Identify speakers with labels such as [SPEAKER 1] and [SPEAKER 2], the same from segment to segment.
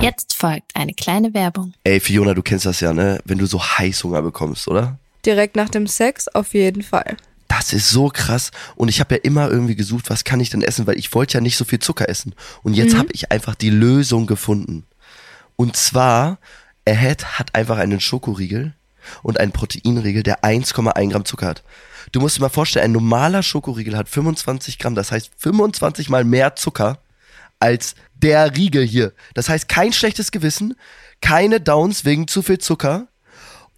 [SPEAKER 1] Jetzt folgt eine kleine Werbung.
[SPEAKER 2] Ey, Fiona, du kennst das ja, ne? Wenn du so Heißhunger bekommst, oder?
[SPEAKER 3] Direkt nach dem Sex auf jeden Fall.
[SPEAKER 2] Das ist so krass. Und ich habe ja immer irgendwie gesucht, was kann ich denn essen, weil ich wollte ja nicht so viel Zucker essen. Und jetzt habe ich einfach die Lösung gefunden. Und zwar, Ahead hat einfach einen Schokoriegel und einen Proteinriegel, der 1,1 Gramm Zucker hat. Du musst dir mal vorstellen, ein normaler Schokoriegel hat 25 Gramm, das heißt 25 mal mehr Zucker als der Riegel hier. Das heißt, kein schlechtes Gewissen, keine Downs wegen zu viel Zucker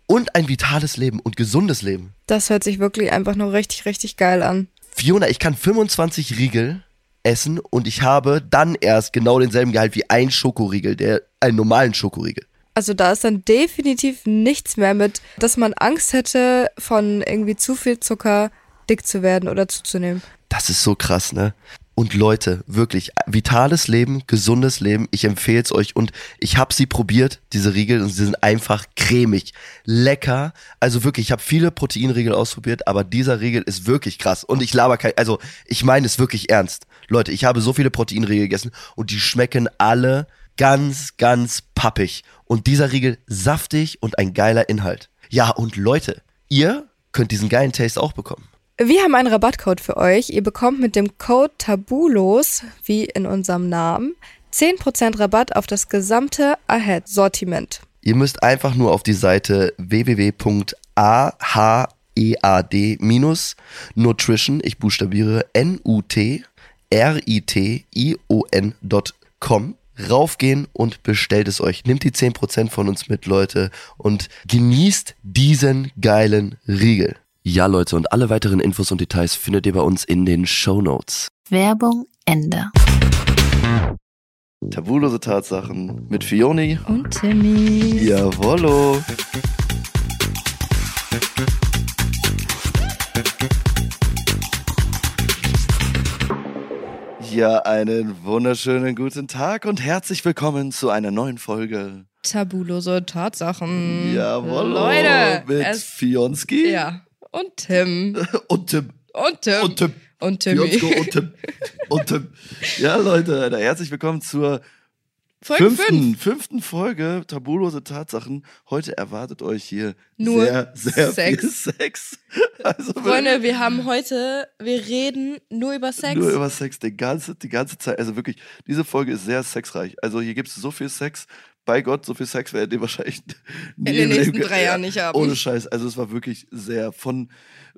[SPEAKER 2] und ein vitales Leben und gesundes Leben.
[SPEAKER 3] Das hört sich wirklich einfach nur richtig, richtig geil an.
[SPEAKER 2] Fiona, ich kann 25 Riegel essen und ich habe dann erst genau denselben Gehalt wie ein Schokoriegel, der einen normalen Schokoriegel.
[SPEAKER 3] Also da ist dann definitiv nichts mehr mit, dass man Angst hätte, von irgendwie zu viel Zucker dick zu werden oder zuzunehmen.
[SPEAKER 2] Das ist so krass, ne? Und Leute, wirklich, vitales Leben, gesundes Leben, ich empfehle es euch und ich habe sie probiert, diese Riegel, und sie sind einfach cremig, lecker. Also wirklich, ich habe viele Proteinriegel ausprobiert, aber dieser Riegel ist wirklich krass und ich laber kein, also ich meine es wirklich ernst. Leute, ich habe so viele Proteinriegel gegessen und die schmecken alle ganz, ganz pappig. Und dieser Riegel saftig und ein geiler Inhalt. Ja, und Leute, ihr könnt diesen geilen Taste auch bekommen.
[SPEAKER 3] Wir haben einen Rabattcode für euch. Ihr bekommt mit dem Code TABULOS, wie in unserem Namen, 10% Rabatt auf das gesamte Ahead-Sortiment.
[SPEAKER 2] Ihr müsst einfach nur auf die Seite E www.ahead-nutrition, ich buchstabiere N-U-T-R-I-T-I-O-N.com, raufgehen und bestellt es euch. Nehmt die 10% von uns mit, Leute, und genießt diesen geilen Riegel. Ja, Leute, und alle weiteren Infos und Details findet ihr bei uns in den Show Notes.
[SPEAKER 1] Werbung Ende.
[SPEAKER 2] Tabulose Tatsachen mit Fioni.
[SPEAKER 1] Und Timmy.
[SPEAKER 2] Jawollo. Ja, einen wunderschönen guten Tag und herzlich willkommen zu einer neuen Folge.
[SPEAKER 3] Tabulose Tatsachen.
[SPEAKER 2] Jawollo.
[SPEAKER 3] Mhm. Leute,
[SPEAKER 2] Mit
[SPEAKER 3] es-
[SPEAKER 2] Fionski
[SPEAKER 3] Ja. Und Tim.
[SPEAKER 2] und Tim.
[SPEAKER 3] Und Tim.
[SPEAKER 2] Und Tim.
[SPEAKER 3] Und
[SPEAKER 2] Fionsko
[SPEAKER 3] Timmy.
[SPEAKER 2] und Tim. Und Tim. Ja, Leute, Alter, herzlich willkommen zur
[SPEAKER 3] Folge
[SPEAKER 2] fünften, fünften Folge Tabulose Tatsachen. Heute erwartet euch hier
[SPEAKER 3] Nur
[SPEAKER 2] sehr, sehr viel
[SPEAKER 3] Sex.
[SPEAKER 2] Sex. Also
[SPEAKER 3] Freunde, wir haben heute, wir reden nur über Sex.
[SPEAKER 2] Nur über Sex, die ganze, die ganze Zeit. Also wirklich, diese Folge ist sehr sexreich. Also hier gibt es so viel Sex. Bei Gott, so viel Sex werdet ihr wahrscheinlich nie
[SPEAKER 3] in
[SPEAKER 2] im
[SPEAKER 3] den
[SPEAKER 2] Leben
[SPEAKER 3] nächsten
[SPEAKER 2] ge-
[SPEAKER 3] drei
[SPEAKER 2] Ja,
[SPEAKER 3] Jahren nicht haben.
[SPEAKER 2] Ohne Scheiß. Also es war wirklich sehr von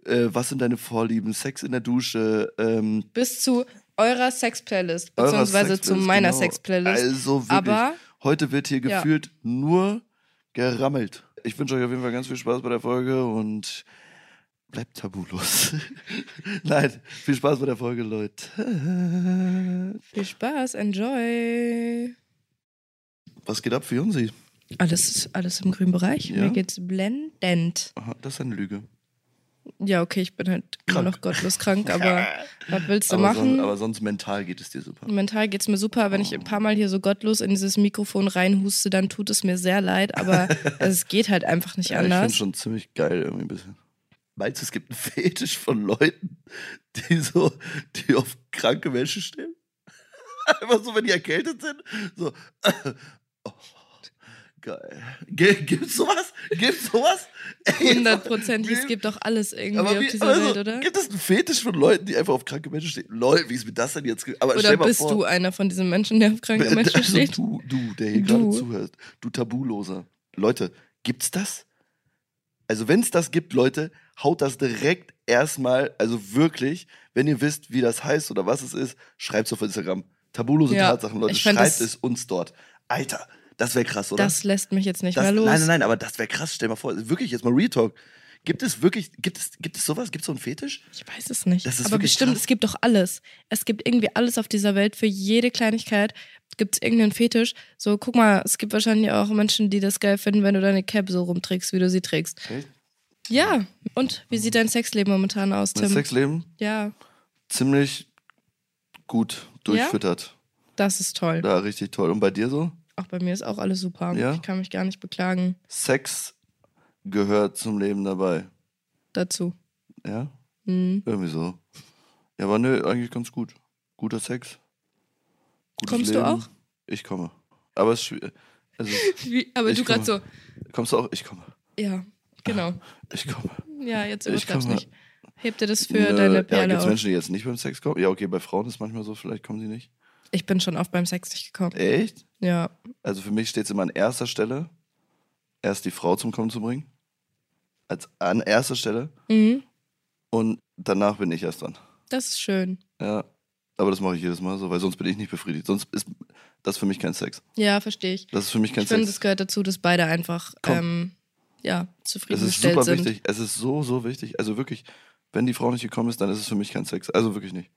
[SPEAKER 2] äh, was sind deine Vorlieben, Sex in der Dusche, ähm,
[SPEAKER 3] Bis zu eurer Sex-Playlist,
[SPEAKER 2] eurer
[SPEAKER 3] beziehungsweise zu
[SPEAKER 2] Sex-Playlist,
[SPEAKER 3] meiner
[SPEAKER 2] genau.
[SPEAKER 3] Sex-Playlist.
[SPEAKER 2] Also wirklich,
[SPEAKER 3] Aber
[SPEAKER 2] heute wird hier
[SPEAKER 3] Ja.
[SPEAKER 2] gefühlt nur gerammelt. Ich wünsche euch auf jeden Fall ganz viel Spaß bei der Folge und bleibt tabulos. Nein, viel Spaß bei der Folge, Leute.
[SPEAKER 3] viel Spaß, enjoy.
[SPEAKER 2] Was geht ab für Junsi?
[SPEAKER 3] Alles, alles im grünen Bereich.
[SPEAKER 2] Ja.
[SPEAKER 3] Mir geht's blendend.
[SPEAKER 2] Aha, das ist eine Lüge.
[SPEAKER 3] Ja, okay, ich bin halt
[SPEAKER 2] Krank.
[SPEAKER 3] immer noch gottlos krank, aber was willst du
[SPEAKER 2] aber,
[SPEAKER 3] machen?
[SPEAKER 2] Sonst, aber sonst mental geht es dir super.
[SPEAKER 3] Mental geht's mir super, wenn ich ein paar Mal hier so gottlos in dieses Mikrofon reinhuste, dann tut es mir sehr leid, aber es geht halt einfach nicht
[SPEAKER 2] Ja, ich finde
[SPEAKER 3] anders.
[SPEAKER 2] schon ziemlich geil irgendwie ein bisschen. Meinst du, es gibt einen Fetisch von Leuten, die so, die auf kranke Menschen stehen? Einfach so, wenn die erkältet sind? So, oh, geil. Ge- Gibt's sowas? Gibt's sowas? Ey,
[SPEAKER 3] 100%, es
[SPEAKER 2] wie-
[SPEAKER 3] gibt doch alles irgendwie
[SPEAKER 2] aber
[SPEAKER 3] auf
[SPEAKER 2] wie-
[SPEAKER 3] dieser
[SPEAKER 2] also,
[SPEAKER 3] Welt, oder?
[SPEAKER 2] Gibt es einen Fetisch von Leuten, die einfach auf kranke Menschen stehen? Lol, wie ist mir das denn jetzt? ge- Aber
[SPEAKER 3] Oder
[SPEAKER 2] stell mal
[SPEAKER 3] bist
[SPEAKER 2] vor,
[SPEAKER 3] du einer von diesen Menschen, der auf kranke
[SPEAKER 2] Wer-
[SPEAKER 3] Menschen
[SPEAKER 2] also
[SPEAKER 3] steht?
[SPEAKER 2] Du, du, der hier
[SPEAKER 3] Du.
[SPEAKER 2] gerade zuhört. Du Tabuloser. Leute, gibt's das? Also, wenn es das gibt, Leute, haut das direkt erstmal, also wirklich, wenn ihr wisst, wie das heißt oder was es ist, schreibt's auf Instagram. Tabulose
[SPEAKER 3] Ja,
[SPEAKER 2] Tatsachen, Leute,
[SPEAKER 3] ich fand
[SPEAKER 2] schreibt
[SPEAKER 3] das-
[SPEAKER 2] es uns dort. Alter, das wäre krass, oder?
[SPEAKER 3] Das lässt mich jetzt nicht
[SPEAKER 2] Das-
[SPEAKER 3] mehr los.
[SPEAKER 2] Nein, nein, nein, aber das wäre krass. Stell mal vor, wirklich, jetzt mal Real Talk. Gibt es wirklich, gibt es, gibt es sowas? Gibt es so einen Fetisch?
[SPEAKER 3] Ich weiß es nicht.
[SPEAKER 2] Das ist
[SPEAKER 3] Aber
[SPEAKER 2] wirklich
[SPEAKER 3] bestimmt,
[SPEAKER 2] krass.
[SPEAKER 3] es gibt doch alles. Es gibt irgendwie alles auf dieser Welt. Für jede Kleinigkeit gibt es irgendeinen Fetisch. So, guck mal, es gibt wahrscheinlich auch Menschen, die das geil finden, wenn du deine Cap so rumträgst, wie du sie trägst.
[SPEAKER 2] Echt?
[SPEAKER 3] Ja. Und wie sieht dein Sexleben momentan aus,
[SPEAKER 2] Mein
[SPEAKER 3] Tim?
[SPEAKER 2] Sexleben
[SPEAKER 3] ja,
[SPEAKER 2] ziemlich gut durchfüttert.
[SPEAKER 3] das ist toll.
[SPEAKER 2] Da richtig toll. Und bei dir so?
[SPEAKER 3] Auch bei mir ist auch alles super.
[SPEAKER 2] Ja?
[SPEAKER 3] Ich kann mich gar nicht beklagen
[SPEAKER 2] Sex gehört zum Leben dabei.
[SPEAKER 3] dazu.
[SPEAKER 2] Ja,
[SPEAKER 3] Hm.
[SPEAKER 2] irgendwie so. Ja, aber nö, eigentlich ganz gut. Guter Sex.
[SPEAKER 3] Kommst du auch?
[SPEAKER 2] Ich komme.
[SPEAKER 4] aber es ist schwierig. Also,
[SPEAKER 3] Wie, aber
[SPEAKER 4] Ich
[SPEAKER 3] du gerade so,
[SPEAKER 4] komme. kommst du auch? Ich komme.
[SPEAKER 3] ja, genau.
[SPEAKER 4] Ich komme.
[SPEAKER 3] Ja, jetzt
[SPEAKER 4] Ah. Ich
[SPEAKER 3] übertreib's
[SPEAKER 4] komm mal-
[SPEAKER 3] nicht. Heb dir das für
[SPEAKER 4] Nö,
[SPEAKER 3] deine
[SPEAKER 4] ja,
[SPEAKER 3] Perle
[SPEAKER 4] gibt's
[SPEAKER 3] auf.
[SPEAKER 4] Menschen, die jetzt nicht beim Sex kommen? Ja, okay, bei Frauen ist manchmal so, vielleicht kommen sie nicht.
[SPEAKER 3] Ich bin schon oft beim Sex nicht gekommen.
[SPEAKER 4] Echt?
[SPEAKER 3] Ja,
[SPEAKER 4] Also für mich steht es immer an erster Stelle, erst die Frau zum Kommen zu bringen. Als an erster Stelle.
[SPEAKER 3] mhm.
[SPEAKER 4] Und danach bin ich erst dran.
[SPEAKER 3] das ist schön.
[SPEAKER 4] Ja. Aber das mache ich jedes Mal so, weil sonst bin ich nicht befriedigt. Sonst ist das für mich kein Sex.
[SPEAKER 3] Ja, verstehe ich.
[SPEAKER 4] Das ist für mich kein
[SPEAKER 3] Ich finde,
[SPEAKER 4] Sex.
[SPEAKER 3] das gehört dazu, dass beide einfach
[SPEAKER 4] Komm.
[SPEAKER 3] ähm, ja,
[SPEAKER 4] Es ist
[SPEAKER 3] zufriedengestellt
[SPEAKER 4] super
[SPEAKER 3] sind.
[SPEAKER 4] wichtig. Es ist so, so wichtig. Also wirklich, wenn die Frau nicht gekommen ist, dann ist es für mich kein Sex. Also wirklich nicht.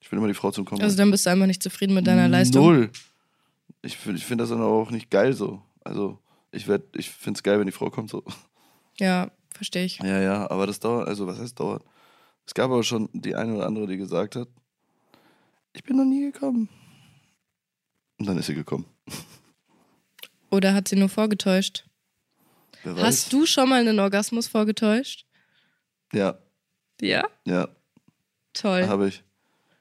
[SPEAKER 4] Ich will immer die Frau zum Kommen.
[SPEAKER 3] Also dann bist du einfach nicht zufrieden mit deiner Leistung.
[SPEAKER 4] Null. Ich, find- ich finde das dann aber auch nicht geil so. Also ich, werd- ich finde es geil, wenn die Frau kommt so.
[SPEAKER 3] Ja, verstehe ich.
[SPEAKER 4] Ja, ja, aber das dauert, also was heißt dauert? Es gab aber schon die eine oder andere, die gesagt hat, ich bin noch nie gekommen. Und dann ist sie gekommen.
[SPEAKER 3] Oder hat sie nur vorgetäuscht?
[SPEAKER 4] Wer
[SPEAKER 3] Hast du schon mal einen Orgasmus vorgetäuscht?
[SPEAKER 4] Ja,
[SPEAKER 3] Ja.
[SPEAKER 4] ja,
[SPEAKER 3] Toll.
[SPEAKER 4] habe ich.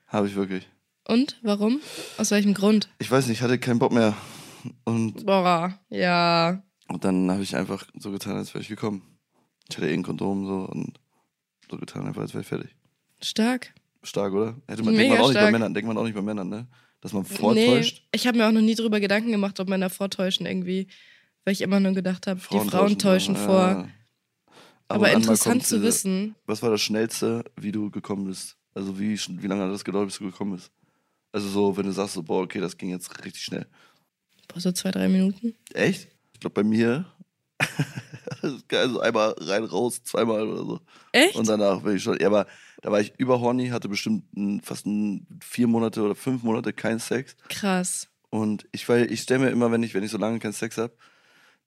[SPEAKER 4] Habe ich wirklich.
[SPEAKER 3] Und warum? Aus welchem Grund?
[SPEAKER 4] Ich weiß nicht, ich hatte keinen Bock mehr. Und,
[SPEAKER 3] Boah, ja.
[SPEAKER 4] und dann habe ich einfach so getan, als wäre ich gekommen. Ich hatte eh ein Kondom so und so getan, einfach als wäre ich fertig.
[SPEAKER 3] Stark.
[SPEAKER 4] Stark, oder? Hätte man,
[SPEAKER 3] Mega
[SPEAKER 4] denkt man auch nicht bei
[SPEAKER 3] stark.
[SPEAKER 4] Männern, denkt man auch nicht bei Männern, ne? Dass man vortäuscht.
[SPEAKER 3] Nee, ich habe mir auch noch nie drüber Gedanken gemacht, ob Männer vortäuschen irgendwie. Weil ich immer nur gedacht habe, die Frauen täuschen
[SPEAKER 4] ne? ja,
[SPEAKER 3] vor.
[SPEAKER 4] ja, ja.
[SPEAKER 3] Aber,
[SPEAKER 4] ab und an mal
[SPEAKER 3] interessant
[SPEAKER 4] kommt
[SPEAKER 3] zu
[SPEAKER 4] diese-
[SPEAKER 3] wissen.
[SPEAKER 4] Was war das Schnellste, wie du gekommen bist? Also wie, schn- wie lange hat das gedauert, bis du gekommen bist? Also so, wenn du sagst, so, boah, okay, das ging jetzt richtig schnell.
[SPEAKER 3] Boah, so zwei, drei Minuten.
[SPEAKER 4] Echt? Ich glaube, bei mir, das ist geil, also einmal rein, raus, zweimal oder so.
[SPEAKER 3] Echt?
[SPEAKER 4] Und danach bin ich schon, ja, aber da war ich über horny, hatte bestimmt ein, fast ein, vier Monate oder fünf Monate keinen Sex.
[SPEAKER 3] Krass.
[SPEAKER 4] Und ich, weil ich stelle mir immer, wenn ich, wenn ich so lange keinen Sex habe,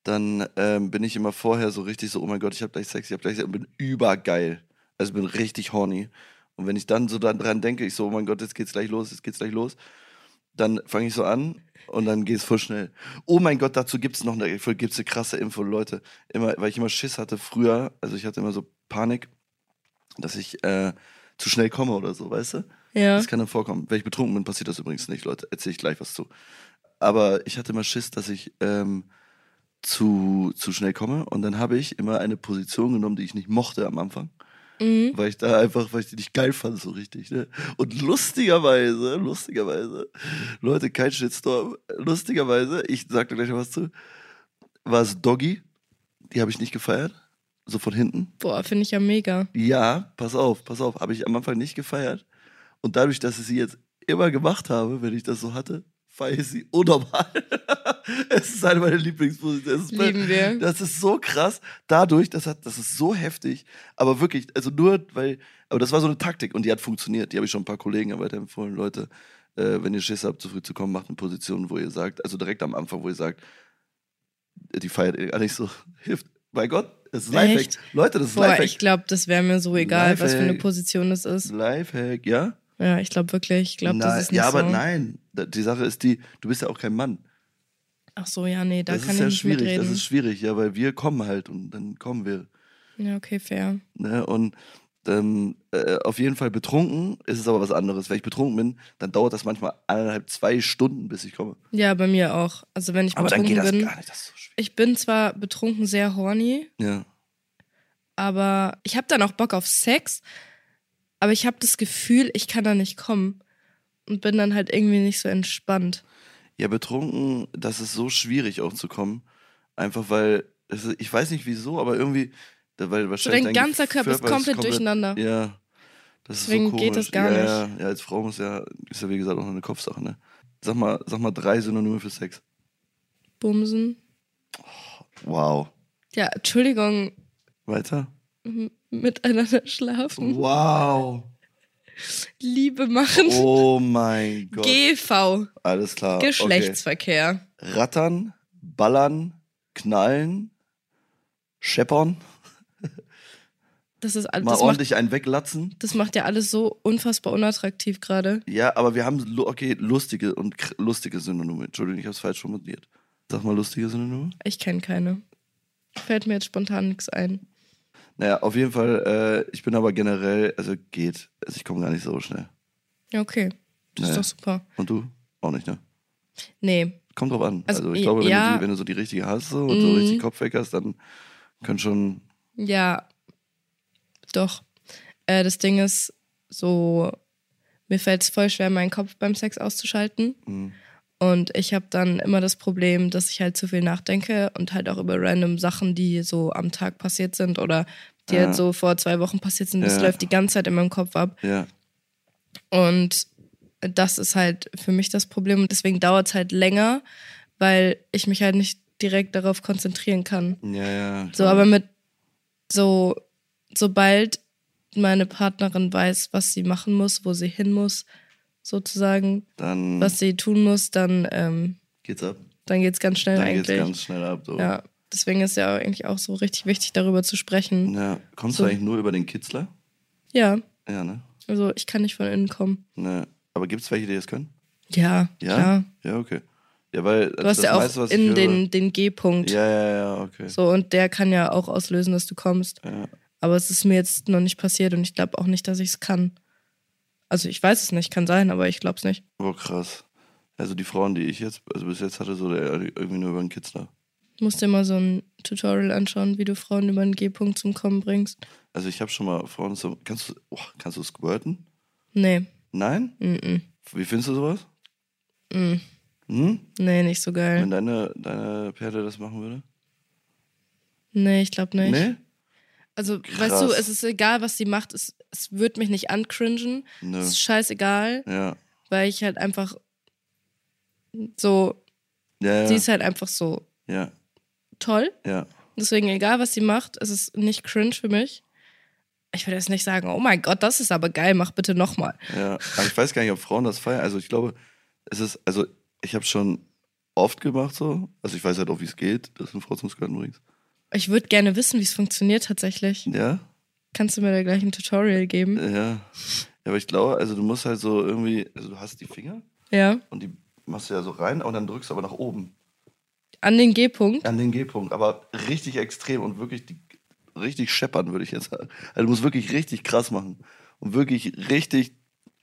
[SPEAKER 4] dann ähm, bin ich immer vorher so richtig so, oh mein Gott, ich habe gleich Sex, ich habe gleich Sex und bin übergeil. Also bin richtig horny. Und wenn ich dann so dann dran denke, ich so, oh mein Gott, jetzt geht's gleich los, jetzt geht's gleich los, dann fange ich so an und dann geht's voll schnell. Oh mein Gott, dazu gibt's noch eine, gibt's eine krasse Info, Leute. Immer, weil ich immer Schiss hatte früher, also ich hatte immer so Panik, dass ich äh, zu schnell komme oder so, weißt du?
[SPEAKER 3] Ja.
[SPEAKER 4] Das kann dann vorkommen. Wenn ich betrunken bin, passiert das übrigens nicht, Leute. Erzähle ich gleich was zu. Aber ich hatte mal Schiss, dass ich ähm, zu, zu schnell komme. Und dann habe ich immer eine Position genommen, die ich nicht mochte am Anfang.
[SPEAKER 3] Mhm.
[SPEAKER 4] Weil ich da einfach, weil ich die nicht geil fand, so richtig. Ne? Und lustigerweise, lustigerweise, Leute, kein Shitstorm. Lustigerweise, ich sag da gleich noch was zu, war es Doggy. Die habe ich nicht gefeiert. So von hinten.
[SPEAKER 3] Boah, finde ich ja mega.
[SPEAKER 4] Ja, pass auf, pass auf. Habe ich am Anfang nicht gefeiert. Und dadurch, dass ich sie jetzt immer gemacht habe, wenn ich das so hatte, feiere ich sie unnormal. es ist eine meiner Lieblingspositionen. Es ist mein-
[SPEAKER 3] Lieben wir.
[SPEAKER 4] Das ist so krass. Dadurch, das, hat, das ist so heftig. Aber wirklich, also nur, weil, aber das war so eine Taktik und die hat funktioniert. Die habe ich schon ein paar Kollegen weiterempfohlen. Leute, äh, wenn ihr Schiss habt, zu früh zu kommen, macht eine Position, wo ihr sagt, also direkt am Anfang, wo ihr sagt, die feiert ihr gar nicht so, hilft. Mein Gott, das
[SPEAKER 3] Echt?
[SPEAKER 4] ist Lifehack. Leute, das ist
[SPEAKER 3] Boah,
[SPEAKER 4] Lifehack.
[SPEAKER 3] ich glaube, das wäre mir so egal, was für eine
[SPEAKER 4] Lifehack.
[SPEAKER 3] Position es ist.
[SPEAKER 4] Lifehack, ja?
[SPEAKER 3] Ja, ich glaube wirklich. Ich glaube, das
[SPEAKER 4] Nein,
[SPEAKER 3] ist nicht
[SPEAKER 4] Ja, aber
[SPEAKER 3] so.
[SPEAKER 4] nein. Da- Die Sache ist die, du bist ja auch kein Mann.
[SPEAKER 3] Ach so, ja, nee, da
[SPEAKER 4] das
[SPEAKER 3] kann
[SPEAKER 4] ist
[SPEAKER 3] ich
[SPEAKER 4] ja
[SPEAKER 3] nicht
[SPEAKER 4] schwierig.
[SPEAKER 3] mitreden.
[SPEAKER 4] Das ist schwierig, ja, weil wir kommen halt und dann kommen wir.
[SPEAKER 3] ja, okay, fair.
[SPEAKER 4] Ne? Und ähm, äh, auf jeden Fall betrunken ist es aber was anderes. Wenn ich betrunken bin, dann dauert das manchmal eineinhalb, zwei Stunden, bis ich komme.
[SPEAKER 3] Ja, bei mir auch. Also wenn ich
[SPEAKER 4] Aber dann
[SPEAKER 3] betrunken
[SPEAKER 4] geht das
[SPEAKER 3] bin.
[SPEAKER 4] gar nicht. Das ist so schwierig.
[SPEAKER 3] Ich bin zwar betrunken sehr horny,
[SPEAKER 4] Ja.
[SPEAKER 3] aber ich habe dann auch Bock auf Sex, aber ich habe das Gefühl, ich kann da nicht kommen und bin dann halt irgendwie nicht so entspannt.
[SPEAKER 4] ja, betrunken, das ist so schwierig auch zu kommen. Einfach weil, es ist, ich weiß nicht wieso, aber irgendwie, da- weil
[SPEAKER 3] So
[SPEAKER 4] wahrscheinlich
[SPEAKER 3] dein ganzer Körper ist komplett durcheinander.
[SPEAKER 4] Ja. Das ist so
[SPEAKER 3] Deswegen
[SPEAKER 4] komisch.
[SPEAKER 3] geht das gar
[SPEAKER 4] ja, Ja, ja, als Frau muss ja, ist ja wie gesagt auch noch eine Kopfsache, ne? Sag mal, sag mal drei Synonyme für Sex.
[SPEAKER 3] Bumsen.
[SPEAKER 4] Wow.
[SPEAKER 3] Ja, Entschuldigung,
[SPEAKER 4] Weiter?
[SPEAKER 3] m- miteinander schlafen,
[SPEAKER 4] Wow.
[SPEAKER 3] Liebe machen,
[SPEAKER 4] Oh mein Gott. Ah,
[SPEAKER 3] GV,
[SPEAKER 4] Alles klar.
[SPEAKER 3] Geschlechtsverkehr.
[SPEAKER 4] Okay. Rattern, ballern, knallen, scheppern,
[SPEAKER 3] Das ist alles,
[SPEAKER 4] mal
[SPEAKER 3] Also das macht,
[SPEAKER 4] ordentlich einen weglatzen.
[SPEAKER 3] das macht ja alles so unfassbar unattraktiv gerade.
[SPEAKER 4] Ja, aber wir haben lu- okay, lustige und kr- lustige Synonyme. Entschuldigung, ich hab's falsch formuliert. Sag mal lustige Synonyme.
[SPEAKER 3] Ich kenne keine. Fällt mir jetzt spontan nichts ein.
[SPEAKER 4] Naja, auf jeden Fall, äh, ich bin aber generell, also geht. Also ich komme gar nicht so schnell.
[SPEAKER 3] Ja, okay. Das
[SPEAKER 4] Naja.
[SPEAKER 3] ist doch super.
[SPEAKER 4] Und du? Auch nicht, ne?
[SPEAKER 3] Nee,
[SPEAKER 4] kommt drauf an.
[SPEAKER 3] Also,
[SPEAKER 4] Also, ich
[SPEAKER 3] i-
[SPEAKER 4] glaube, wenn,
[SPEAKER 3] ja.
[SPEAKER 4] du die, wenn du so die richtige hast so, und so
[SPEAKER 3] Mhm.
[SPEAKER 4] richtig Kopf weg hast, dann können schon.
[SPEAKER 3] Ja, doch. Äh, das Ding ist, so, mir fällt es voll schwer, meinen Kopf beim Sex auszuschalten.
[SPEAKER 4] Mh.
[SPEAKER 3] Und ich habe dann immer das Problem, dass ich halt zu viel nachdenke und halt auch über random Sachen, die so am Tag passiert sind oder die
[SPEAKER 4] Ja.
[SPEAKER 3] halt so vor zwei Wochen passiert sind. Das
[SPEAKER 4] Ja.
[SPEAKER 3] läuft die ganze Zeit in meinem Kopf ab.
[SPEAKER 4] Ja.
[SPEAKER 3] Und das ist halt für mich das Problem. Und deswegen dauert es halt länger, weil ich mich halt nicht direkt darauf konzentrieren kann.
[SPEAKER 4] Ja, ja.
[SPEAKER 3] So, aber mit so, sobald meine Partnerin weiß, was sie machen muss, wo sie hin muss, sozusagen,
[SPEAKER 4] Dann
[SPEAKER 3] was sie tun muss, dann, ähm,
[SPEAKER 4] geht's ab.
[SPEAKER 3] dann geht's ganz schnell
[SPEAKER 4] Dann
[SPEAKER 3] eigentlich.
[SPEAKER 4] geht's ganz schnell ab. So.
[SPEAKER 3] Ja, deswegen ist ja eigentlich auch so richtig wichtig, darüber zu sprechen.
[SPEAKER 4] Ja. Kommst
[SPEAKER 3] So.
[SPEAKER 4] du eigentlich nur über den Kitzler?
[SPEAKER 3] Ja,
[SPEAKER 4] Ja, ne?
[SPEAKER 3] also ich kann nicht von innen kommen.
[SPEAKER 4] ne. Aber gibt's welche, die das können?
[SPEAKER 3] Ja,
[SPEAKER 4] Ja?
[SPEAKER 3] klar.
[SPEAKER 4] Ja, okay. Ja, weil. also
[SPEAKER 3] Du hast
[SPEAKER 4] das
[SPEAKER 3] ja auch
[SPEAKER 4] meiste, was ich
[SPEAKER 3] in
[SPEAKER 4] höre-
[SPEAKER 3] den, den G-Punkt.
[SPEAKER 4] Ja, ja, ja, okay.
[SPEAKER 3] So, und der kann ja auch auslösen, dass du kommst.
[SPEAKER 4] Ja.
[SPEAKER 3] Aber es ist mir jetzt noch nicht passiert und ich glaube auch nicht, dass ich es kann. Also ich weiß es nicht, kann sein, aber ich glaube es nicht.
[SPEAKER 4] Boah, krass. Also die Frauen, die ich jetzt, also bis jetzt hatte, so der, irgendwie nur über den Kitzler.
[SPEAKER 3] Ich muss dir mal so ein Tutorial anschauen, wie du Frauen über den G-Punkt zum Kommen bringst.
[SPEAKER 4] Also ich habe schon mal Frauen so. Kannst du, oh, kannst du squirten?
[SPEAKER 3] Nee,
[SPEAKER 4] Nein?
[SPEAKER 3] mm -mm.
[SPEAKER 4] Wie findest du sowas?
[SPEAKER 3] Mm.
[SPEAKER 4] Hm?
[SPEAKER 3] nee, nicht so geil.
[SPEAKER 4] Wenn deine, deine Perle das machen würde?
[SPEAKER 3] Nee, ich glaube nicht.
[SPEAKER 4] Nee?
[SPEAKER 3] Also,
[SPEAKER 4] Krass.
[SPEAKER 3] weißt du, es ist egal, was sie macht, es, es wird mich nicht ancringen.
[SPEAKER 4] Nö.
[SPEAKER 3] Es ist scheißegal,
[SPEAKER 4] Ja.
[SPEAKER 3] weil ich halt einfach so,
[SPEAKER 4] Ja, ja.
[SPEAKER 3] sie ist halt einfach so
[SPEAKER 4] ja,
[SPEAKER 3] toll.
[SPEAKER 4] ja.
[SPEAKER 3] Deswegen, egal was sie macht, es ist nicht cringe für mich. Ich würde jetzt nicht sagen, oh mein Gott, das ist aber geil, mach bitte nochmal.
[SPEAKER 4] Ja, aber ich weiß gar nicht, ob Frauen das feiern. Also ich glaube, es ist, also ich habe schon oft gemacht so. Also ich weiß halt auch, wie es geht, dass eine Frau zum Squirten bringst.
[SPEAKER 3] Ich würde gerne wissen, wie es funktioniert tatsächlich.
[SPEAKER 4] Ja,
[SPEAKER 3] Kannst du mir da gleich ein Tutorial geben?
[SPEAKER 4] ja. Ja, aber ich glaube, also du musst halt so irgendwie, also du hast die Finger
[SPEAKER 3] Ja.
[SPEAKER 4] und die machst du ja so rein und dann drückst du aber nach oben
[SPEAKER 3] An den G-Punkt.
[SPEAKER 4] an den G-Punkt. Aber richtig extrem und wirklich die, richtig scheppern, würde ich jetzt sagen. Also du musst wirklich richtig krass machen und wirklich richtig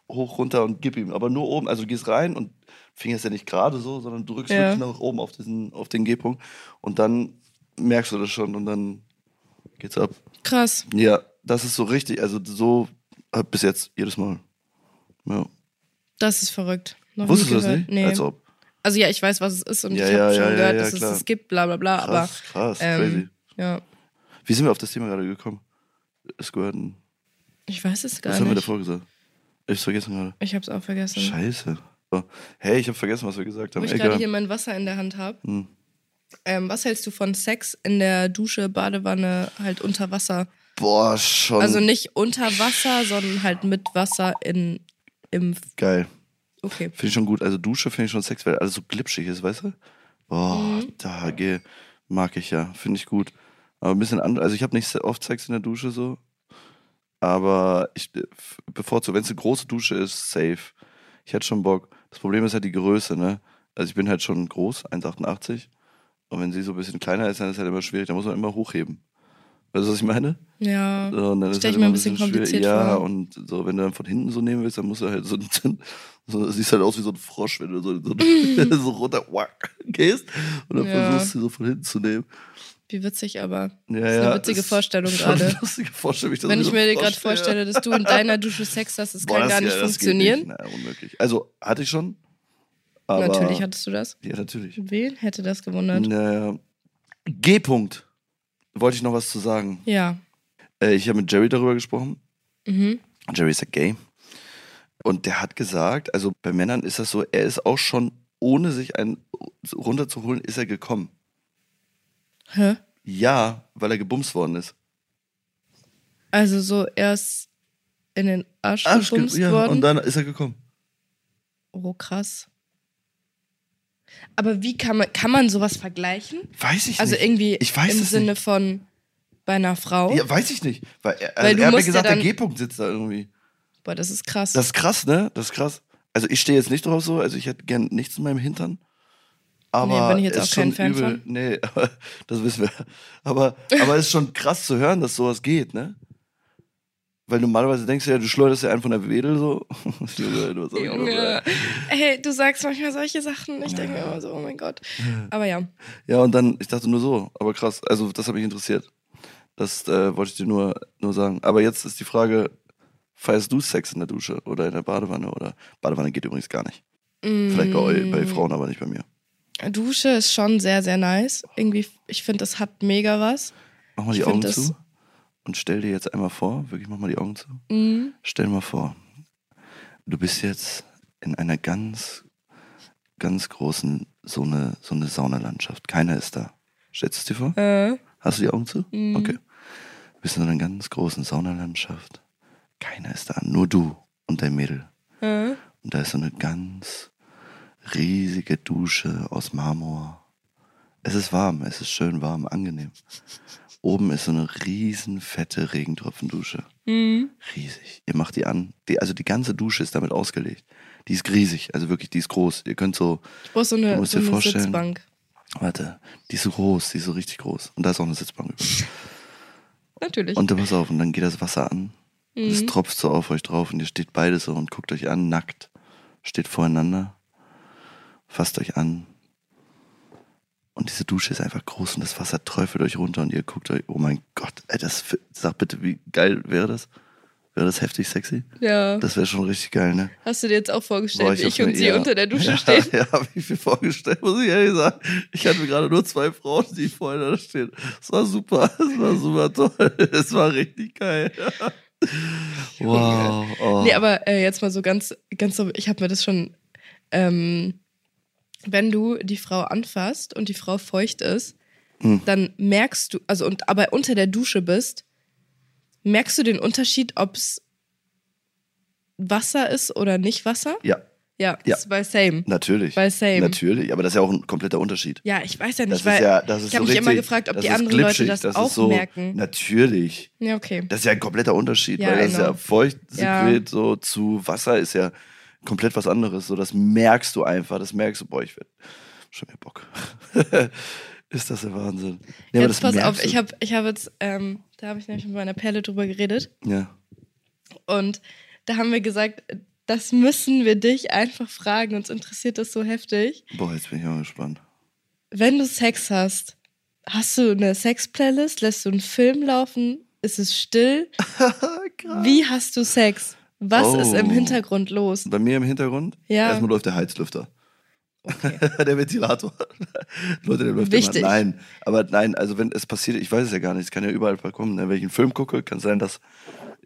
[SPEAKER 4] hoch runter und gib ihm. Aber nur oben, also du gehst rein und Finger ist ja nicht gerade so, sondern drückst
[SPEAKER 3] Ja.
[SPEAKER 4] wirklich nach oben auf, diesen, auf den G-Punkt und dann merkst du das schon und dann geht's ab.
[SPEAKER 3] Krass.
[SPEAKER 4] Ja, das ist so richtig, also so äh, bis jetzt jedes Mal. Ja.
[SPEAKER 3] Das ist verrückt. Noch nie
[SPEAKER 4] Wusstest du das
[SPEAKER 3] gehört.
[SPEAKER 4] nicht?
[SPEAKER 3] Nee.
[SPEAKER 4] Als ob.
[SPEAKER 3] Also ja, ich weiß, was es ist und
[SPEAKER 4] Ja,
[SPEAKER 3] ich habe
[SPEAKER 4] ja,
[SPEAKER 3] schon
[SPEAKER 4] ja, ja,
[SPEAKER 3] gehört,
[SPEAKER 4] ja,
[SPEAKER 3] dass es
[SPEAKER 4] klar.
[SPEAKER 3] es gibt, bla bla bla, aber
[SPEAKER 4] Krass, krass,
[SPEAKER 3] ähm,
[SPEAKER 4] crazy.
[SPEAKER 3] ja,
[SPEAKER 4] Wie sind wir auf das Thema gerade gekommen? Es gehörten.
[SPEAKER 3] ich weiß es gar
[SPEAKER 4] Was haben wir
[SPEAKER 3] nicht.
[SPEAKER 4] davor gesagt? Ich hab's vergessen gerade.
[SPEAKER 3] Ich hab's auch vergessen.
[SPEAKER 4] Scheiße. So. Hey, ich habe vergessen, was wir gesagt
[SPEAKER 3] Wo
[SPEAKER 4] haben.
[SPEAKER 3] ich gerade
[SPEAKER 4] Egal.
[SPEAKER 3] hier mein Wasser in der Hand habe.
[SPEAKER 4] Hm.
[SPEAKER 3] Ähm, was hältst du von Sex in der Dusche, Badewanne, halt unter Wasser?
[SPEAKER 4] Boah, schon
[SPEAKER 3] Also nicht unter Wasser, sondern halt mit Wasser in im
[SPEAKER 4] geil.
[SPEAKER 3] Okay.
[SPEAKER 4] Finde ich schon gut. Also Dusche finde ich schon sexy, weil alles so glitschig ist, weißt du? Boah,
[SPEAKER 3] Mhm.
[SPEAKER 4] da geh, mag ich ja. Finde ich gut. Aber ein bisschen anders. Also ich habe nicht se- oft Sex in der Dusche so. Aber ich äh, f- bevorzuge, wenn es eine große Dusche ist, safe. Ich hätte schon Bock. Das Problem ist halt die Größe, ne? Also ich bin halt schon groß, 1,88. Und wenn sie so ein bisschen kleiner ist, dann ist halt immer schwierig. Da muss man immer hochheben. Weißt du, was ich meine?
[SPEAKER 3] Ja.
[SPEAKER 4] So, und dann ist
[SPEAKER 3] Stell
[SPEAKER 4] halt
[SPEAKER 3] ich mir
[SPEAKER 4] immer
[SPEAKER 3] ein bisschen
[SPEAKER 4] schwierig.
[SPEAKER 3] kompliziert
[SPEAKER 4] Ja,
[SPEAKER 3] vor.
[SPEAKER 4] und so, wenn du dann von hinten so nehmen willst, dann musst du halt so, so siehst halt aus wie so ein Frosch, wenn du so, so, so runter wack, gehst und dann
[SPEAKER 3] Ja.
[SPEAKER 4] versuchst du so von hinten zu nehmen.
[SPEAKER 3] Wie witzig aber.
[SPEAKER 4] Ja,
[SPEAKER 3] Das ist
[SPEAKER 4] ja,
[SPEAKER 3] eine witzige
[SPEAKER 4] das ist
[SPEAKER 3] Vorstellung
[SPEAKER 4] schon eine
[SPEAKER 3] gerade.
[SPEAKER 4] lustige Vorstellung, wie das
[SPEAKER 3] Wenn
[SPEAKER 4] wie
[SPEAKER 3] ich
[SPEAKER 4] so
[SPEAKER 3] mir
[SPEAKER 4] ein
[SPEAKER 3] gerade
[SPEAKER 4] Frosch, ja.
[SPEAKER 3] vorstelle, dass du in deiner Dusche Sex hast, das
[SPEAKER 4] Boah,
[SPEAKER 3] kann
[SPEAKER 4] das
[SPEAKER 3] gar
[SPEAKER 4] geht-
[SPEAKER 3] nicht
[SPEAKER 4] das geht
[SPEAKER 3] funktionieren.
[SPEAKER 4] Nicht, na, unmöglich. Also, hatte ich schon. Aber,
[SPEAKER 3] Natürlich hattest du das.
[SPEAKER 4] Ja, natürlich.
[SPEAKER 3] Wen hätte das
[SPEAKER 4] Hm.
[SPEAKER 3] gewundert?
[SPEAKER 4] Naja. G-Punkt. Wollte ich noch was zu sagen.
[SPEAKER 3] Ja.
[SPEAKER 4] Äh, ich habe mit Jerry darüber gesprochen.
[SPEAKER 3] Mhm.
[SPEAKER 4] Jerry ist ja gay. Und der hat gesagt, also bei Männern ist das so, er ist auch schon, ohne sich einen runterzuholen, ist er gekommen.
[SPEAKER 3] Hä?
[SPEAKER 4] Ja, weil er gebumst worden ist.
[SPEAKER 3] Also so erst in den Arsch,
[SPEAKER 4] ge-
[SPEAKER 3] gebumst
[SPEAKER 4] ja,
[SPEAKER 3] worden.
[SPEAKER 4] und dann ist er gekommen.
[SPEAKER 3] oh, krass. Aber wie kann man, kann man sowas vergleichen?
[SPEAKER 4] Weiß ich
[SPEAKER 3] Also
[SPEAKER 4] nicht.
[SPEAKER 3] irgendwie
[SPEAKER 4] Ich weiß
[SPEAKER 3] im
[SPEAKER 4] es
[SPEAKER 3] Sinne
[SPEAKER 4] nicht.
[SPEAKER 3] von bei einer Frau.
[SPEAKER 4] Ja, weiß ich nicht. Weil er,
[SPEAKER 3] Weil
[SPEAKER 4] also
[SPEAKER 3] du
[SPEAKER 4] er hat mir
[SPEAKER 3] musst ja
[SPEAKER 4] gesagt, der
[SPEAKER 3] dann-
[SPEAKER 4] G-Punkt sitzt da irgendwie.
[SPEAKER 3] Boah, das ist krass.
[SPEAKER 4] Das ist krass, ne? Das ist krass. Also ich stehe jetzt nicht drauf so, also ich hätte gern nichts in meinem Hintern. Aber
[SPEAKER 3] Nee, bin ich jetzt
[SPEAKER 4] ist
[SPEAKER 3] auch
[SPEAKER 4] schon
[SPEAKER 3] kein Fan
[SPEAKER 4] übel.
[SPEAKER 3] von.
[SPEAKER 4] Nee, aber das wissen wir. Aber, aber es ist schon krass zu hören, dass sowas geht, ne? Weil normalerweise denkst du ja, du schleuderst ja einen von der Wedel so. Junge, du hast auch
[SPEAKER 3] Junge. Hey, du sagst manchmal solche Sachen. Ich denke mir immer so, oh mein Gott. Aber ja.
[SPEAKER 4] Ja, und dann, ich dachte nur so, aber krass, also das hat mich interessiert. Das äh, wollte ich dir nur, nur sagen. Aber jetzt ist die Frage, feierst du Sex in der Dusche oder in der Badewanne? Oder Badewanne geht übrigens gar nicht. Vielleicht bei, eu-
[SPEAKER 3] Mm.
[SPEAKER 4] bei Frauen, aber nicht bei mir.
[SPEAKER 3] Dusche ist schon sehr, sehr nice. Irgendwie, ich finde, das hat mega was.
[SPEAKER 4] Mach mal die
[SPEAKER 3] Ich
[SPEAKER 4] Augen
[SPEAKER 3] find das-
[SPEAKER 4] zu und stell dir jetzt einmal vor, wirklich mach mal die Augen zu.
[SPEAKER 3] Mhm.
[SPEAKER 4] Stell mal vor, du bist jetzt in einer ganz, ganz großen, so eine, so eine Saunalandschaft. Keiner ist da. Stellst du es dir vor?
[SPEAKER 3] Äh,
[SPEAKER 4] Hast du die Augen zu?
[SPEAKER 3] Mhm.
[SPEAKER 4] Okay. Du bist in so einer ganz großen Saunalandschaft. Keiner ist da, nur du und dein Mädel.
[SPEAKER 3] äh,
[SPEAKER 4] Und da ist so eine ganz riesige Dusche aus Marmor. Es ist warm, es ist schön warm, angenehm. Oben ist so eine riesen fette Regentropfendusche.
[SPEAKER 3] mhm.
[SPEAKER 4] Riesig. Ihr macht die an. Die, also die ganze Dusche ist damit ausgelegt. Die ist riesig, also wirklich, die ist groß. Ihr könnt so,
[SPEAKER 3] Wo ist Oh, so
[SPEAKER 4] Du
[SPEAKER 3] eine,
[SPEAKER 4] musst
[SPEAKER 3] so
[SPEAKER 4] dir
[SPEAKER 3] eine
[SPEAKER 4] vorstellen.
[SPEAKER 3] Sitzbank?
[SPEAKER 4] warte, die ist so groß, die ist so richtig groß. Und da ist auch eine Sitzbank. übrigens.
[SPEAKER 3] Natürlich.
[SPEAKER 4] Und dann pass auf, und dann geht das Wasser an. Und es
[SPEAKER 3] Mhm.
[SPEAKER 4] tropft so auf euch drauf und ihr steht beide so und guckt euch an, nackt. Steht voreinander, fasst euch an. Und diese Dusche ist einfach groß und das Wasser träufelt euch runter und ihr guckt euch, oh mein Gott, ey, das, f- sag bitte, wie geil wäre das? Wäre das heftig sexy?
[SPEAKER 3] ja.
[SPEAKER 4] Das wäre schon richtig geil, ne?
[SPEAKER 3] Hast du dir jetzt auch vorgestellt,
[SPEAKER 4] Boah,
[SPEAKER 3] wie
[SPEAKER 4] hab's
[SPEAKER 3] ich und
[SPEAKER 4] mir-
[SPEAKER 3] sie
[SPEAKER 4] ja.
[SPEAKER 3] unter der Dusche
[SPEAKER 4] ja,
[SPEAKER 3] stehen?
[SPEAKER 4] Ja, habe ich mir vorgestellt, muss ich ehrlich sagen. Ich hatte gerade nur zwei Frauen, die vorne da stehen. Es war super, es war super toll, es war richtig geil. Wow. Oh.
[SPEAKER 3] Nee, aber äh, jetzt mal so ganz, ganz so, ich habe mir das schon, ähm, wenn du die Frau anfasst und die Frau feucht ist,
[SPEAKER 4] Hm.
[SPEAKER 3] dann merkst du, also und aber unter der Dusche bist, merkst du den Unterschied, ob es Wasser ist oder nicht Wasser?
[SPEAKER 4] Ja,
[SPEAKER 3] Ja,
[SPEAKER 4] Ja.
[SPEAKER 3] ist bei Same.
[SPEAKER 4] natürlich.
[SPEAKER 3] Bei Same.
[SPEAKER 4] Natürlich, aber das ist ja auch ein kompletter Unterschied.
[SPEAKER 3] Ja, ich weiß ja
[SPEAKER 4] Das
[SPEAKER 3] nicht,
[SPEAKER 4] ist
[SPEAKER 3] weil
[SPEAKER 4] ja, das ist
[SPEAKER 3] ich habe
[SPEAKER 4] so
[SPEAKER 3] mich immer
[SPEAKER 4] richtig-
[SPEAKER 3] gefragt, ob
[SPEAKER 4] das
[SPEAKER 3] die
[SPEAKER 4] ist
[SPEAKER 3] anderen Leute
[SPEAKER 4] glitschig,
[SPEAKER 3] das,
[SPEAKER 4] ist
[SPEAKER 3] auch
[SPEAKER 4] so,
[SPEAKER 3] merken.
[SPEAKER 4] Natürlich.
[SPEAKER 3] Ja, okay.
[SPEAKER 4] Das ist ja ein kompletter Unterschied,
[SPEAKER 3] Ja,
[SPEAKER 4] weil das ist
[SPEAKER 3] genau.
[SPEAKER 4] ja Feuchtsekret so zu Wasser ist ja komplett was anderes. So, das merkst du einfach, das merkst du, boah, ich werd schon mehr Bock. ist das der Wahnsinn. Ja, aber das
[SPEAKER 3] jetzt pass
[SPEAKER 4] merkst
[SPEAKER 3] auf,
[SPEAKER 4] du.
[SPEAKER 3] ich habe ich hab jetzt, ähm, da habe ich nämlich mit meiner Perle drüber geredet.
[SPEAKER 4] Ja.
[SPEAKER 3] Und da haben wir gesagt, das müssen wir dich einfach fragen. Uns interessiert das so heftig.
[SPEAKER 4] Boah, jetzt bin ich mal gespannt.
[SPEAKER 3] Wenn du Sex hast, hast du eine Sex-Playlist? Lässt du einen Film laufen? Ist es still? Wie hast du Sex? Was
[SPEAKER 4] Oh.
[SPEAKER 3] ist im Hintergrund los?
[SPEAKER 4] Bei mir im Hintergrund,
[SPEAKER 3] Ja.
[SPEAKER 4] erstmal läuft der Heizlüfter.
[SPEAKER 3] Okay.
[SPEAKER 4] der Ventilator. Leute, der läuft
[SPEAKER 3] Wichtig.
[SPEAKER 4] immer. Nein, aber nein, also wenn es passiert, ich weiß es ja gar nicht, es kann ja überall kommen. ne? Wenn ich einen Film gucke, kann sein, dass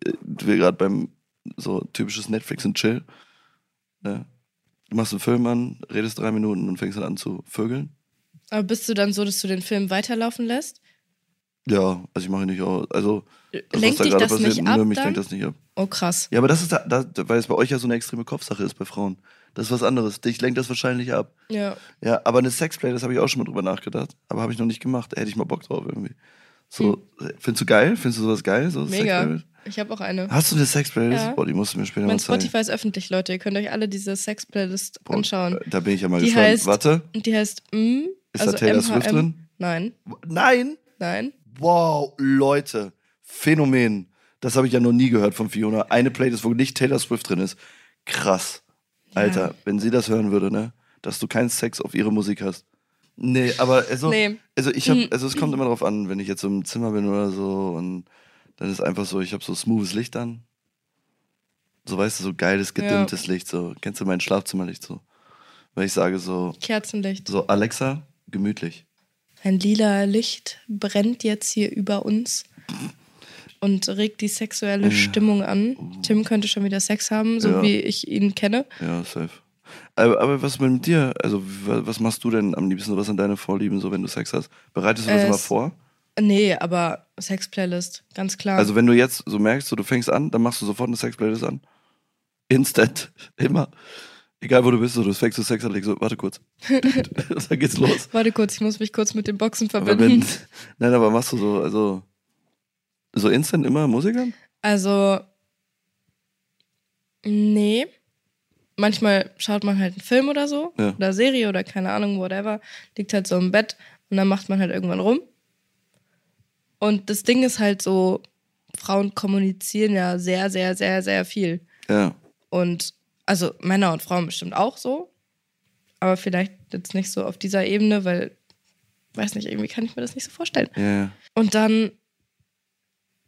[SPEAKER 4] äh, wir gerade beim so typisches Netflix und Chill, ne? du machst einen Film an, redest drei Minuten und fängst dann an zu vögeln.
[SPEAKER 3] Aber bist du dann so, dass du den Film weiterlaufen lässt?
[SPEAKER 4] Ja, also ich mache nicht auch, also das,
[SPEAKER 3] Lenkt
[SPEAKER 4] was da
[SPEAKER 3] dich
[SPEAKER 4] gerade
[SPEAKER 3] das
[SPEAKER 4] passiert,
[SPEAKER 3] nicht
[SPEAKER 4] nö,
[SPEAKER 3] ab?
[SPEAKER 4] mich
[SPEAKER 3] Dann?
[SPEAKER 4] lenkt das nicht ab.
[SPEAKER 3] Oh, krass.
[SPEAKER 4] Ja, aber das ist, da, da, weil es bei euch ja so eine extreme Kopfsache ist bei Frauen. Das ist was anderes. Dich lenkt das wahrscheinlich ab.
[SPEAKER 3] Ja.
[SPEAKER 4] Ja, aber eine Sexplay, das habe ich auch schon mal drüber nachgedacht. Aber habe ich noch nicht gemacht. Hätte ich mal Bock drauf irgendwie. So, äh, findest du geil? Findest du sowas geil? So
[SPEAKER 3] Hm. Mega.
[SPEAKER 4] Sexplay?
[SPEAKER 3] Ich habe auch eine.
[SPEAKER 4] Hast du eine Sexplay?
[SPEAKER 3] Ja.
[SPEAKER 4] Boah, die musst du mir später
[SPEAKER 3] Mein
[SPEAKER 4] mal zeigen.
[SPEAKER 3] Spotify ist öffentlich, Leute. Ihr könnt euch alle diese Sex-Playlist
[SPEAKER 4] Boah,
[SPEAKER 3] anschauen.
[SPEAKER 4] äh, Da bin ich ja mal
[SPEAKER 3] Die
[SPEAKER 4] gespannt.
[SPEAKER 3] heißt-
[SPEAKER 4] Warte,
[SPEAKER 3] Und die heißt M.
[SPEAKER 4] ist da Taylor
[SPEAKER 3] MHM.
[SPEAKER 4] Swift drin?
[SPEAKER 3] Nein,
[SPEAKER 4] Nein!
[SPEAKER 3] nein.
[SPEAKER 4] Wow, Leute. Phänomen. Das habe ich ja noch nie gehört von Fiona. Eine Playlist, wo nicht Taylor Swift drin ist. Krass.
[SPEAKER 3] Ja.
[SPEAKER 4] Alter, wenn sie das hören würde, ne? Dass du keinen Sex auf ihre Musik hast. Nee, aber also.
[SPEAKER 3] Nee.
[SPEAKER 4] Also ich habe, also es kommt immer drauf an, wenn ich jetzt so im Zimmer bin oder so und dann ist einfach so, ich habe so smoothes Licht an. So weißt du, so geiles, gedimmtes Licht, so. Kennst du mein Schlafzimmerlicht so? Weil ich sage so,
[SPEAKER 3] Kerzenlicht.
[SPEAKER 4] so Alexa, gemütlich.
[SPEAKER 3] Ein lila Licht brennt jetzt hier über uns und regt die sexuelle Stimmung an. Tim könnte schon wieder Sex haben, so
[SPEAKER 4] Äh. Ja.
[SPEAKER 3] wie ich ihn kenne.
[SPEAKER 4] Ja, safe. Aber, aber was mit dir? Also wa- was machst du denn am liebsten? Was sind deine Vorlieben so, wenn du Sex hast? Bereitest du das
[SPEAKER 3] Äh,
[SPEAKER 4] immer
[SPEAKER 3] es-
[SPEAKER 4] vor?
[SPEAKER 3] Nee, aber Sex-Playlist, ganz klar.
[SPEAKER 4] Also wenn du jetzt so merkst, so, du fängst an, dann machst du sofort eine Sexplaylist an. Instant. Immer. Egal wo du bist, so, du fängst zu Sex an, legst so, warte kurz. Und dann geht's los.
[SPEAKER 3] Warte kurz, ich muss mich kurz mit den Boxen
[SPEAKER 4] Aber
[SPEAKER 3] verbinden.
[SPEAKER 4] wenn, nein, aber machst du so, also so instant immer Musik an?
[SPEAKER 3] Also, nee. Manchmal schaut man halt einen Film oder so,
[SPEAKER 4] Ja.
[SPEAKER 3] oder Serie oder keine Ahnung, whatever. Liegt halt so im Bett und dann macht man halt irgendwann rum. Und das Ding ist halt so, Frauen kommunizieren ja sehr, sehr, sehr, sehr viel.
[SPEAKER 4] Ja.
[SPEAKER 3] Und also Männer und Frauen bestimmt auch so. Aber vielleicht jetzt nicht so auf dieser Ebene, weil, weiß nicht, irgendwie kann ich mir das nicht so vorstellen.
[SPEAKER 4] Ja, ja.
[SPEAKER 3] Und dann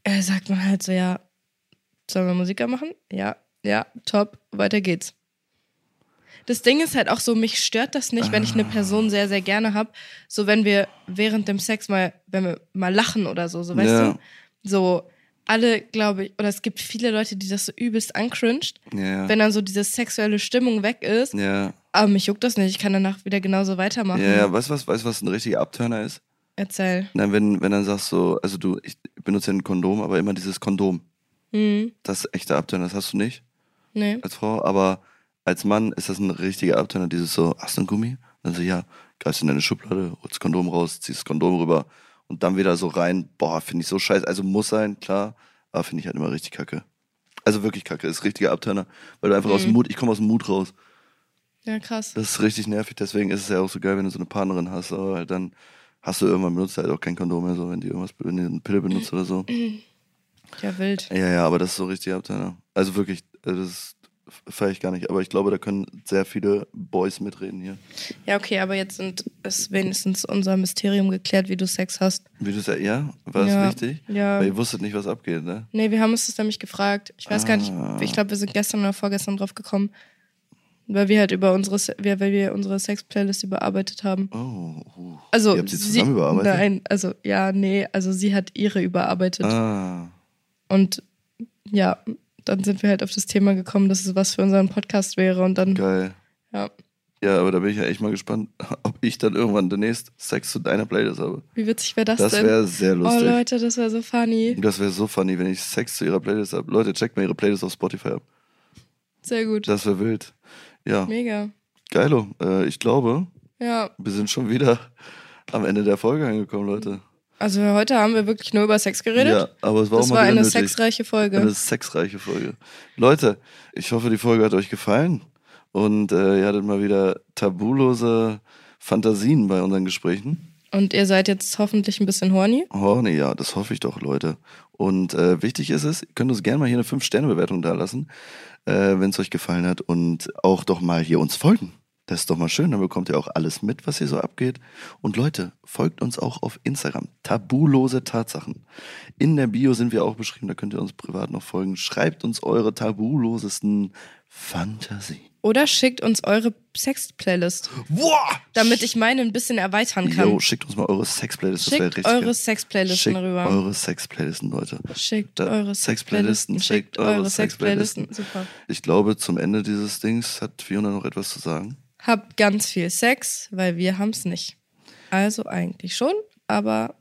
[SPEAKER 3] äh, sagt man halt so, ja, sollen wir Musiker machen? Ja, ja, top, weiter geht's. Das Ding ist halt auch so, mich stört das nicht, wenn ich eine Person sehr, sehr gerne habe. So wenn wir während dem Sex mal, wenn wir mal lachen oder so, so weißt
[SPEAKER 4] Ja.
[SPEAKER 3] du? So alle, glaube ich, oder es gibt viele Leute, die das so übelst ancringed,
[SPEAKER 4] Ja, ja.
[SPEAKER 3] wenn dann so diese sexuelle Stimmung weg ist.
[SPEAKER 4] Ja,
[SPEAKER 3] Aber mich juckt das nicht, ich kann danach wieder genauso weitermachen.
[SPEAKER 4] ja, ja. Weißt du, was, weißt, du, was ein richtiger Abturner ist?
[SPEAKER 3] Erzähl.
[SPEAKER 4] Nein, wenn, wenn dann sagst du, also du, ich benutze ja ein Kondom, aber immer dieses Kondom.
[SPEAKER 3] Hm,
[SPEAKER 4] Das ist echter Abturner, das hast du nicht
[SPEAKER 3] nee.
[SPEAKER 4] als Frau, aber als Mann ist das ein richtiger Abturner, dieses so, hast du ein Gummi? Dann so, ja, greifst in deine Schublade, holst das Kondom raus, ziehst das Kondom rüber und dann wieder so rein, boah, finde ich so scheiße, also muss sein, klar, aber finde ich halt immer richtig kacke. Also wirklich kacke, ist richtiger Abturner, weil du einfach aus dem
[SPEAKER 3] Mhm.
[SPEAKER 4] Mut, ich komme aus dem Mut raus.
[SPEAKER 3] Ja, krass.
[SPEAKER 4] Das ist richtig nervig, deswegen ist es ja auch so geil, wenn du so eine Partnerin hast, aber halt dann hast du irgendwann benutzt halt auch kein Kondom mehr, so wenn die irgendwas, wenn die eine Pille benutzt oder so.
[SPEAKER 3] Ja, wild.
[SPEAKER 4] Ja, ja, aber das ist so richtig Abturner. Also wirklich, also das feiere ich gar nicht, aber ich glaube, da können sehr viele Boys mitreden hier.
[SPEAKER 3] Ja, okay, aber jetzt sind, ist wenigstens unser Mysterium geklärt, wie du Sex hast.
[SPEAKER 4] Wie du sagst, ja, war es
[SPEAKER 3] Ja,
[SPEAKER 4] wichtig?
[SPEAKER 3] ja.
[SPEAKER 4] Weil ihr wusstet nicht, was abgeht, ne?
[SPEAKER 3] Nee, wir haben uns das nämlich gefragt. Ich weiß gar nicht,
[SPEAKER 4] Ah.
[SPEAKER 3] ich glaube, wir sind gestern oder vorgestern drauf gekommen, weil wir halt über unsere, Se- wir- weil wir unsere Sex-Playlist überarbeitet haben.
[SPEAKER 4] Oh, uh.
[SPEAKER 3] Also,
[SPEAKER 4] Ihr habt sie zusammen überarbeitet?
[SPEAKER 3] Nein, also, ja, nee, also sie hat ihre überarbeitet.
[SPEAKER 4] Ah,
[SPEAKER 3] Und ja, dann sind wir halt auf das Thema gekommen, dass es was für unseren Podcast wäre. Und dann,
[SPEAKER 4] geil.
[SPEAKER 3] ja,
[SPEAKER 4] Ja, aber da bin ich ja echt mal gespannt, ob ich dann irgendwann demnächst Sex zu deiner Playlist habe.
[SPEAKER 3] wie witzig wäre das,
[SPEAKER 4] Das
[SPEAKER 3] denn?
[SPEAKER 4] wäre sehr
[SPEAKER 3] Oh,
[SPEAKER 4] lustig.
[SPEAKER 3] Leute, das wäre so funny.
[SPEAKER 4] Das wäre so funny, wenn ich Sex zu ihrer Playlist habe. Leute, checkt mal ihre Playlist auf Spotify ab.
[SPEAKER 3] Sehr gut.
[SPEAKER 4] Das wäre wild. Ja,
[SPEAKER 3] Mega.
[SPEAKER 4] geilo. Äh, ich glaube,
[SPEAKER 3] Ja,
[SPEAKER 4] wir sind schon wieder am Ende der Folge angekommen, Leute.
[SPEAKER 3] also heute haben wir wirklich nur über Sex geredet.
[SPEAKER 4] Ja, aber es war
[SPEAKER 3] das
[SPEAKER 4] auch mal
[SPEAKER 3] war
[SPEAKER 4] wieder
[SPEAKER 3] eine
[SPEAKER 4] nötig.
[SPEAKER 3] sexreiche Folge.
[SPEAKER 4] Eine sexreiche Folge. Leute, ich hoffe, die Folge hat euch gefallen. Und äh, ihr hattet mal wieder tabulose Fantasien bei unseren Gesprächen.
[SPEAKER 3] Und ihr seid jetzt hoffentlich ein bisschen horny.
[SPEAKER 4] Oh, nee, ja, das hoffe ich doch, Leute. Und äh, wichtig ist es, ihr könnt uns gerne mal hier eine 5-Sterne-Bewertung da lassen, äh, wenn es euch gefallen hat. Und auch doch mal hier uns folgen. Das ist doch mal schön, dann bekommt ihr auch alles mit, was hier so abgeht. Und Leute, folgt uns auch auf Instagram. Tabulose Tatsachen. In der Bio sind wir auch beschrieben, da könnt ihr uns privat noch folgen. Schreibt uns eure tabulosesten Fantasien.
[SPEAKER 3] Oder schickt uns eure Sex-Playlist,
[SPEAKER 4] Wow!
[SPEAKER 3] damit ich meine ein bisschen erweitern kann.
[SPEAKER 4] Yo, schickt uns mal eure Sex-Playlist, das wäre
[SPEAKER 3] schickt
[SPEAKER 4] richtig.
[SPEAKER 3] eure
[SPEAKER 4] geil.
[SPEAKER 3] Sex-Playlisten
[SPEAKER 4] Schickt
[SPEAKER 3] rüber.
[SPEAKER 4] eure Sex-Playlisten, Leute.
[SPEAKER 3] schickt
[SPEAKER 4] Da-
[SPEAKER 3] eure
[SPEAKER 4] Sex-Playlisten,
[SPEAKER 3] Sex-Playlisten.
[SPEAKER 4] schickt eure
[SPEAKER 3] Sex-Playlisten. Super.
[SPEAKER 4] Ich glaube, zum Ende dieses Dings hat Fiona noch etwas zu sagen.
[SPEAKER 3] Habt ganz viel Sex, weil wir haben's nicht. Also eigentlich schon, aber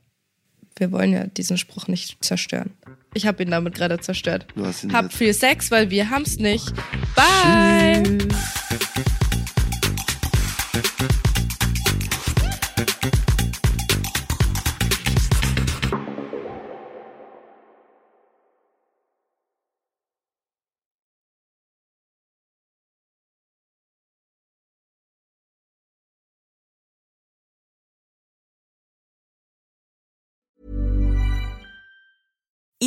[SPEAKER 3] wir wollen ja diesen Spruch nicht zerstören. Ich habe ihn damit gerade zerstört.
[SPEAKER 4] Du hast ihn
[SPEAKER 3] Habt
[SPEAKER 4] jetzt-
[SPEAKER 3] viel Sex, weil wir haben's nicht. Bye!